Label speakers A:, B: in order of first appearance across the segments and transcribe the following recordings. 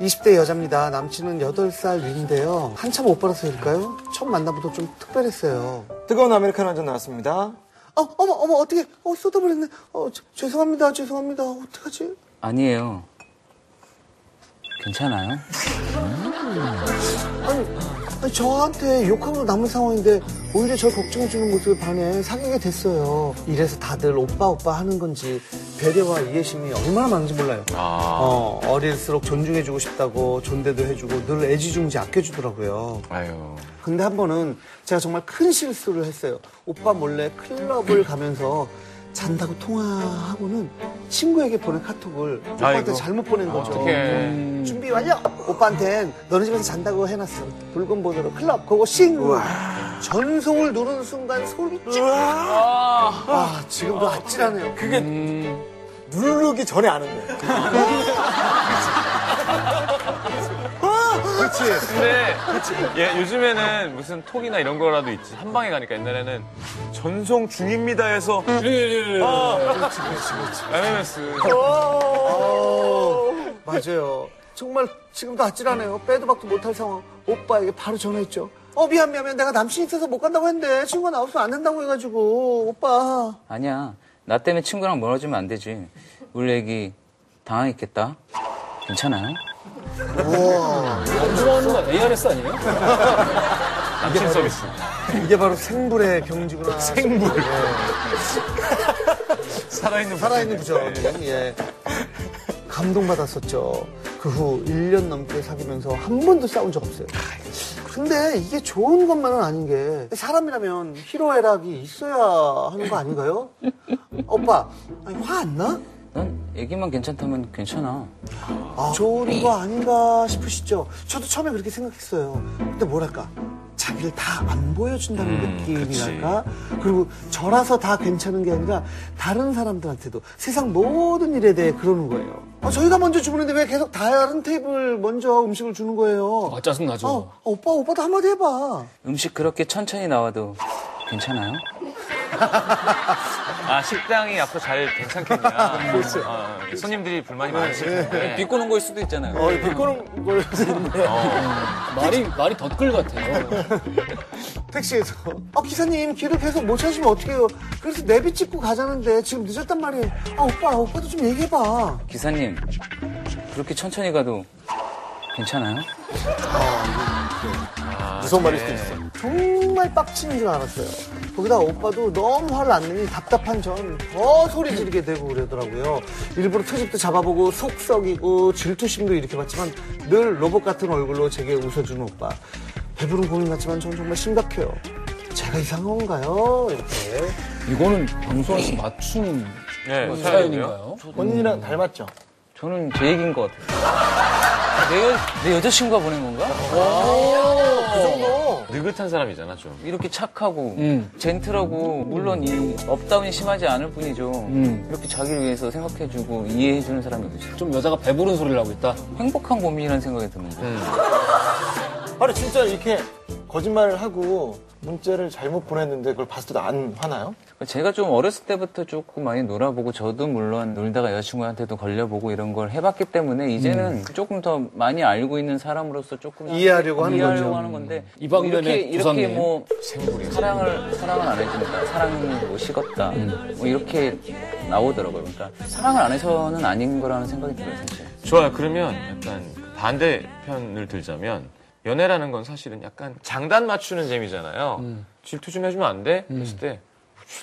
A: 20대 여자입니다. 남친은 8살 위인데요. 한참 못 벌어서일까요? 첫 만남부터 좀 특별했어요.
B: 뜨거운 아메리카노 한 잔 나왔습니다.
A: 어, 어머, 어머, 어떻게, 어, 쏟아버렸네. 어, 저- 죄송합니다, 죄송합니다. 어떡하지?
C: 아니에요. 괜찮아요?
A: 아니, 아니, 저한테 욕하고 남은 상황인데 오히려 저 걱정해주는 모습에 반해 사귀게 됐어요. 이래서 다들 오빠 오빠 하는 건지 배려와 이해심이 얼마나 많은지 몰라요. 어, 어릴수록 존중해주고 싶다고 존대도 해주고 늘 애지중지 아껴주더라고요.
B: 아유.
A: 근데 한 번은 제가 정말 큰 실수를 했어요. 오빠 몰래 클럽을 가면서 잔다고 통화하고는 친구에게 보낸 카톡을 오빠한테
B: 아이고.
A: 잘못 보낸 거죠. 음.
B: 어떡해.
A: 준비 완료! 오빠한텐 너네 집에서 잔다고 해놨어. 붉은 보드로 클럽, 그거 싱! 전송을 누른 순간 소리 쭉! 아, 지금도 아찔하네요.
B: 그게 누르기 전에 아는데. 그렇지.
D: 근데 예, 요즘에는 무슨 톡이나 이런 거라도 있지 한 방에 가니까 옛날에는
B: 전송 중입니다 해서
D: 아. MMS
A: 어. 맞아요. 정말 지금도 아찔하네요. 빼도 박도 못할 상황. 오빠에게 바로 전화했죠. 어, 미안, 미안, 미안. 내가 남친 있어서 못 간다고 했는데 친구가 나와서 안 된다고 해가지고. 오빠.
C: 아니야. 나 때문에 친구랑 멀어지면 안 되지. 우리 애기 당황했겠다. 괜찮아요?
D: 남친 서비스
A: 이게 바로 생불의 경지구나. 생불.
D: 살아있는
A: 살아있는
D: 분이네.
A: 부정. 예. 감동받았었죠. 그 후 1년 넘게 사귀면서 한 번도 싸운 적 없어요. 근데 이게 좋은 것만은 아닌 게 사람이라면 희로애락이 있어야 하는 거 아닌가요? 오빠, 화 안 나?
C: 넌 애기만 괜찮다면 괜찮아.
A: 좋은 거 아닌가 싶으시죠? 저도 처음에 그렇게 생각했어요. 근데 뭐랄까. 자기를 다 안 보여준다는 느낌이랄까? 그리고 저라서 다 괜찮은 게 아니라 다른 사람들한테도 세상 모든 일에 대해 그러는 거예요. 아, 저희가 먼저 주문했는데 왜 계속 다른 테이블 먼저 음식을 주는 거예요?
E: 아, 짜증나죠.
A: 어, 오빠, 오빠도 한마디 해봐.
C: 음식 그렇게 천천히 나와도 괜찮아요?
D: 아 식당이 앞으로 잘 괜찮겠냐 어, 어, 손님들이 불만이 많으실 텐데
C: 비꼬는 거일 수도 있잖아요.
B: 어, 비꼬는 걸 수도 있네.
E: 어. 말이, 말이 덧글 같아요.
A: 택시에서. 아, 기사님, 길을 계속 못 찾으면 어떡해요. 그래서 내비 찍고 가자는데 지금 늦었단 말이에요. 아, 오빠, 오빠도 좀 얘기해봐.
C: 기사님, 그렇게 천천히 가도 괜찮아요?
B: 무서운 말일
A: 네.
B: 수도 있어.
A: 정말 빡치는 줄 알았어요. 거기다 오빠도 너무 화를 안 내니 답답한 전 더 소리 지르게 되고 그러더라고요. 일부러 트집도 잡아보고 속 썩이고 질투심도 일으켜봤지만 늘 로봇 같은 얼굴로 제게 웃어주는 오빠. 배부른 고민 같지만 전 정말 심각해요. 제가 이상한 건가요? 이렇게.
E: 이거는 방송에서 맞춘
D: 네,
E: 사연인가요?
B: 본인이랑 닮았죠?
C: 저는 제 얘기인 것 같아요. 내, 여, 내 여자친구가 보낸 건가?
D: 느긋한 사람이잖아 좀
C: 이렇게 착하고
E: 음.
C: 젠틀하고 물론 이 업다운이 심하지 않을 뿐이죠.
E: 음.
C: 이렇게 자기를 위해서 생각해주고 이해해주는 사람이 어디 있어요?
E: 좀 여자가 배부른 소리를 하고 있다. 네.
C: 행복한 고민이라는 생각이 드는데.
B: 아니, 진짜 이렇게 거짓말을 하고 문자를 잘못 보냈는데 그걸 봤을 때 안 화나요?
C: 그러니까 제가 좀 어렸을 때부터 조금 많이 놀아보고 저도 물론 놀다가 여자친구한테도 걸려보고 이런 걸 해봤기 때문에 이제는
E: 음.
C: 조금 더 많이 알고 있는 사람으로서 조금
A: 이해하려고 하는
C: 이해하려고
A: 거죠.
C: 하는 건데
E: 이 방면에
C: 이렇게 이렇게
E: 부산님.
C: 뭐 사랑을 사랑을 안 해준다 사랑이 뭐 식었다 뭐 이렇게 나오더라고요. 그러니까 사랑을 안 해서는 아닌 거라는 생각이 들어요 사실.
D: 좋아요 그러면 약간 반대편을 들자면 연애라는 건 사실은 약간 장단 맞추는 재미잖아요 질투 좀 해주면 안 돼? 했을 때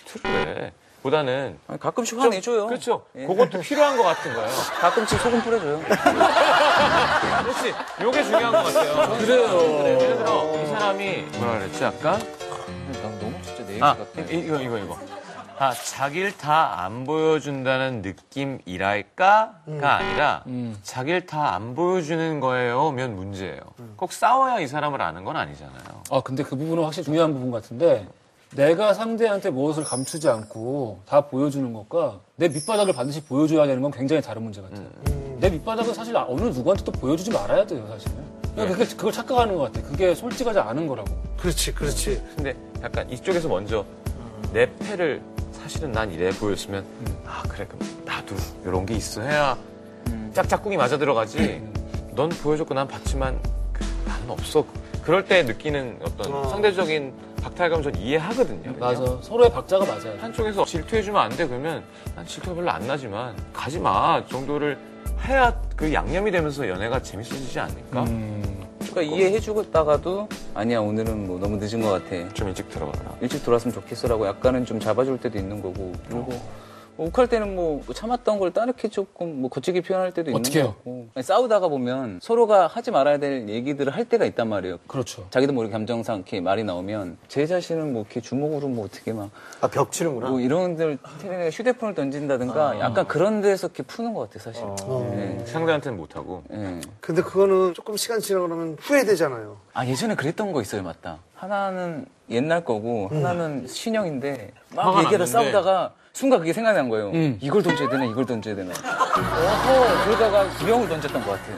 D: 질투를 해 보다는
C: 아니, 가끔씩 화내줘요.
D: 그렇죠.
C: 예.
D: 그것도 필요한 것 같은 거예요.
C: 가끔씩 소금 뿌려줘요.
D: 그렇지. 요게 중요한 것 같아요. 그래요. 예를 들어, 이 사람이 뭐라 그랬지, 아까?
C: 근데 나 너무 진짜 내 얘기
D: 아,
C: 같아.
D: 이- 이거, 이거, 이거. 아, 자기를 다 안 보여준다는 느낌이랄까가 아니라, 자기를 다 안 보여주는 거예요,면 문제예요. 꼭 싸워야 이 사람을 아는 건 아니잖아요.
E: 아, 근데 그 부분은 확실히 중요한 부분 같은데, 내가 상대한테 무엇을 감추지 않고 다 보여주는 것과 내 밑바닥을 반드시 보여줘야 되는 건 굉장히 다른 문제 같아요. 내 밑바닥은 사실 어느 누구한테도 보여주지 말아야 돼요, 사실은. 그러니까 그게, 그걸 착각하는 것 같아. 그게 솔직하지 않은 거라고.
A: 그렇지, 그렇지.
D: 근데 약간 이쪽에서 먼저 내 패를 사실은 난 이래 보였으면, 음. 아, 그래, 그럼 나도 이런 게 있어 해야 짝짝꿍이 맞아 들어가지. 넌 보여줬고 난 봤지만 그, 나는 없어. 그럴 때 느끼는 어떤
B: 어.
D: 상대적인 박탈감 전 이해하거든요.
E: 맞아. 서로의 박자가 맞아요.
D: 한쪽에서 질투해주면 안 돼 그러면 난 질투가 별로 안 나지만 가지 마 정도를 해야 그 양념이 되면서 연애가 재밌어지지 않을까?
C: 그러니까 이해해주다가도 아니야 오늘은 뭐 너무 늦은 것 같아.
D: 좀 일찍 들어가라.
C: 일찍 돌아왔으면 좋겠어라고 약간은 좀 잡아줄 때도 있는 거고 그리고 뭐 욱할 때는 뭐 참았던 걸 따르게 조금 뭐 거칠게 표현할 때도 있는
E: 어떡해요?
C: 거고 아니, 싸우다가 보면 서로가 하지 말아야 될 얘기들을 할 때가 있단 말이에요.
E: 그렇죠.
C: 자기도 모르게 감정상 이렇게 말이 나오면 제 자신은 뭐 이렇게 주먹으로 뭐 어떻게 막 뭐
B: 아, 벽치는구나. 아.
C: 이런 데를 테레비에 휴대폰을 던진다든가 약간 그런 데서 이렇게 푸는 것 같아 사실.
B: 어.
C: 예.
D: 상대한테는 못하고
C: 예.
A: 근데 그거는 조금 시간 지나고 나면 후회되잖아요.
C: 아 예전에 그랬던 거 있어요 맞다 하나는 옛날 거고
E: 음.
C: 하나는 신형인데 막
D: 화가
C: 얘기하다
D: 났는데.
C: 싸우다가 순간 그게 생각난 거예요
E: 음.
C: 이걸 던져야 되나 이걸 던져야 되나 어, 그러다가 기병을 던졌던 것 같아요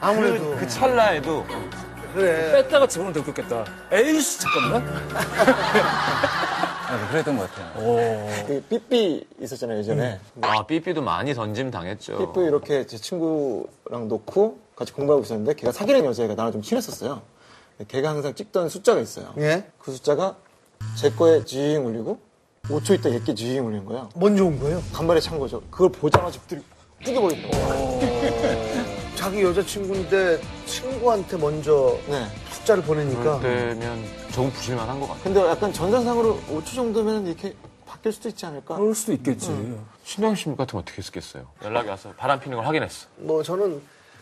A: 아무래도
D: 그 찰나에도
A: 그래.
E: 뺐다가 집어넣으면 되게 웃겼겠다. 에이씨, 잠깐만.
C: 아, 그랬던 것 같아요
B: 그 삐삐 있었잖아요, 예전에.
D: 아 삐삐도 많이 던짐 당했죠.
B: 삐삐 이렇게 제 친구랑 놓고 같이 공부하고 있었는데 걔가 사귀는 여자애가 나랑 좀 친했었어요. 근데 걔가 항상 찍던 숫자가 있어요.
A: 예?
B: 그 숫자가 제 거에 지잉 울리고 5초 있다 얘께 지잉 울리는 거예요.
A: 먼저 온 거예요?
B: 간발에 찬 거죠. 그걸 보자마자 들이 뜯어버린 거예요.
A: 자기 여자친구인데 친구한테 먼저
B: 네.
A: 숫자를 보내니까.
D: 그럴 때면 조금 부실만한 것 같아요.
B: 근데 약간 전산상으로 5초 정도면 이렇게 바뀔 수도 있지 않을까?
E: 그럴 수도 있겠지.
D: 신경 심 같은 거 어떻게 쓰겠어요? 연락이 와서 바람 피는 걸 확인했어.
A: 뭐 저는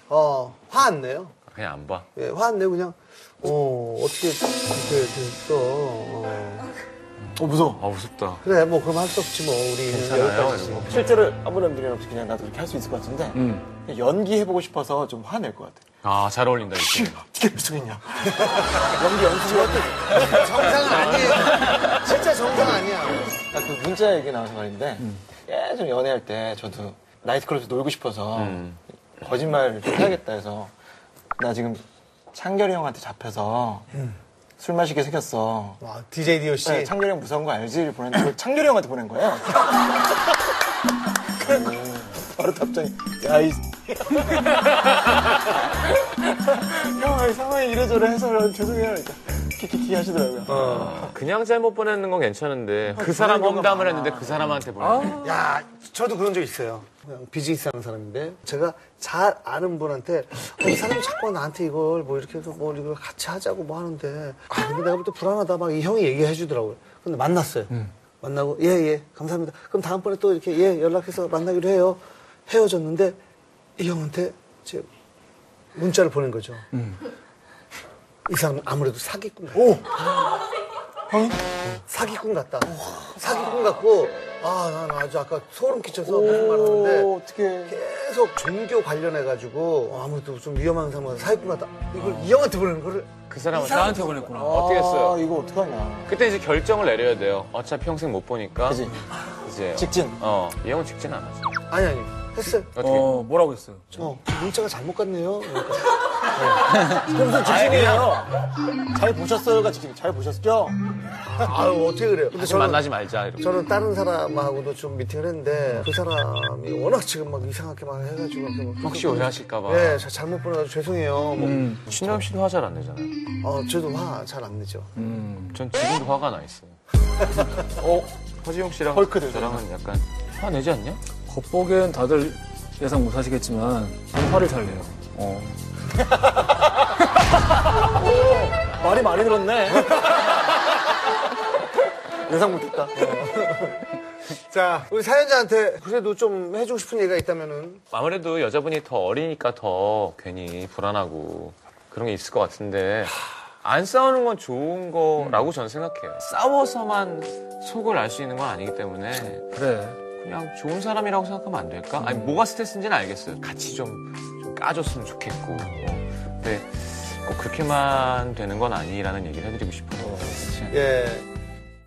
A: 어, 화 안 내요.
D: 그냥 안 봐.
A: 예, 화 안 내고 그냥 어, 어떻게 그렇게 됐어. 어.
B: 어, 무서워.
D: 아 무섭다.
A: 그래 뭐 그럼 할 수 없지 뭐 우리 뭐
D: 괜찮아요. 이거.
B: 실제로 아무런 미련 없이 그냥 나도 그렇게 할 수 있을 것 같은데 그냥 연기해보고 싶어서 좀 화낼 것 같아.
D: 아잘 어울린다 이렇게.
B: 어떻게 미치겠냐. 연기 연습을
A: 정상은 아니에요. 진짜 정상 아니야.
B: 아그 문자 얘기 나와서 말인데 예전 연애할 때 저도 나이트클럽에서 놀고 싶어서 거짓말을 좀 해야겠다 해서 나 지금 창결이 형한테 잡혀서 술 마시게 생겼어.
A: 와, DJ 디오 씨.
B: 네, 창결이 형 무서운 거 알지? 이렇게 보냈는데 그걸 창결이 형한테 보낸 거예요. 그래갖고 음. 바로 답장이 야이 형, 이 상황이 이래저래 해서 죄송해요. 그러니까 키키키 하시더라고요.
D: 그냥 잘못 보내는 건 괜찮은데 그 사람 험담을 했는데 그 사람한테 보내.
A: 야, 저도 그런 적 있어요. 그냥 비즈니스 하는 사람인데 제가 잘 아는 분한테 어, 이 사람이 자꾸 나한테 이걸 뭐 이렇게 해서 뭐 이걸 같이 하자고 뭐 하는데 아, 근데 내가 볼 때 불안하다 막 이 형이 얘기해 주더라고요. 근데 만났어요. 만나고 예, 예. 감사합니다. 그럼 다음번에 또 이렇게 예, 연락해서 만나기로 해요. 헤어졌는데 이 형한테 제 문자를 보낸 거죠. 이 사람은 아무래도 사기꾼 같다. 어? 사기꾼 같다. 사기꾼 같고, 아, 난 아주 아까 소름 끼쳐서 무슨 말 하는데,
B: 어떻게
A: 계속 종교 관련해가지고, 어, 아무래도 좀 위험한 사람 같다. 사기꾼 같다. 이걸 이 형한테 보내는 거를,
D: 그 사람한테
E: 나한테 보냈구나.
D: 어떻게 했어요?
B: 아, 이거 어떡하냐.
D: 그때 이제 결정을 내려야 돼요. 어차피 평생 못 보니까.
B: 그지?
D: 이제
B: 직진.
D: 어, 이 형은 직진 안 하지.
A: 아니, 아니, 했어요.
D: 어떻게?
E: 어, 뭐라고 했어요?
A: 어, 문자가 잘못 갔네요. 그러니까.
B: 그럼 직진이에요. 잘 보셨어요가 직진. 잘 보셨죠?
A: 아유, 어떻게 그래요. 근데
D: 다시 만나지 말자 이렇게.
A: 저는 다른 사람하고도 좀 미팅을 했는데, 그 사람이 워낙 지금 막 이상하게 막 해가지고, 막
D: 혹시 오해하실까봐.
A: 네, 자- 잘못 보내가지고 죄송해요. 뭐,
D: 신남 씨도 화 잘 안 내잖아요.
A: 어, 저도 화 잘 안 내죠.
D: 전 지금도 화가 나 있어요. 어, 허지용 씨랑
B: 헐크들.
D: 저랑은 약간 화 내지 않냐?
E: 겉보기엔 다들 예상 못 하시겠지만, 저는 화를 잘 내요. 어.
B: 말이 많이 들었네. 예상 못했다.
A: 자, 우리 사연자한테 그래도 좀 해주고 싶은 얘기가 있다면은,
D: 아무래도 여자분이 더 어리니까 더 괜히 불안하고 그런 게 있을 것 같은데 안 싸우는 건 좋은 거라고
E: 음.
D: 저는 생각해요. 싸워서만 속을 알 수 있는 건 아니기 때문에
E: 그래. 음.
D: 그냥 좋은 사람이라고 생각하면 안 될까? 아니 뭐가 스트레스인지는 알겠어요. 같이 좀, 좀 까줬으면 좋겠고. 어. 근데 꼭 그렇게만 되는 건 아니라는 얘기를 해드리고 싶어요.
A: 예,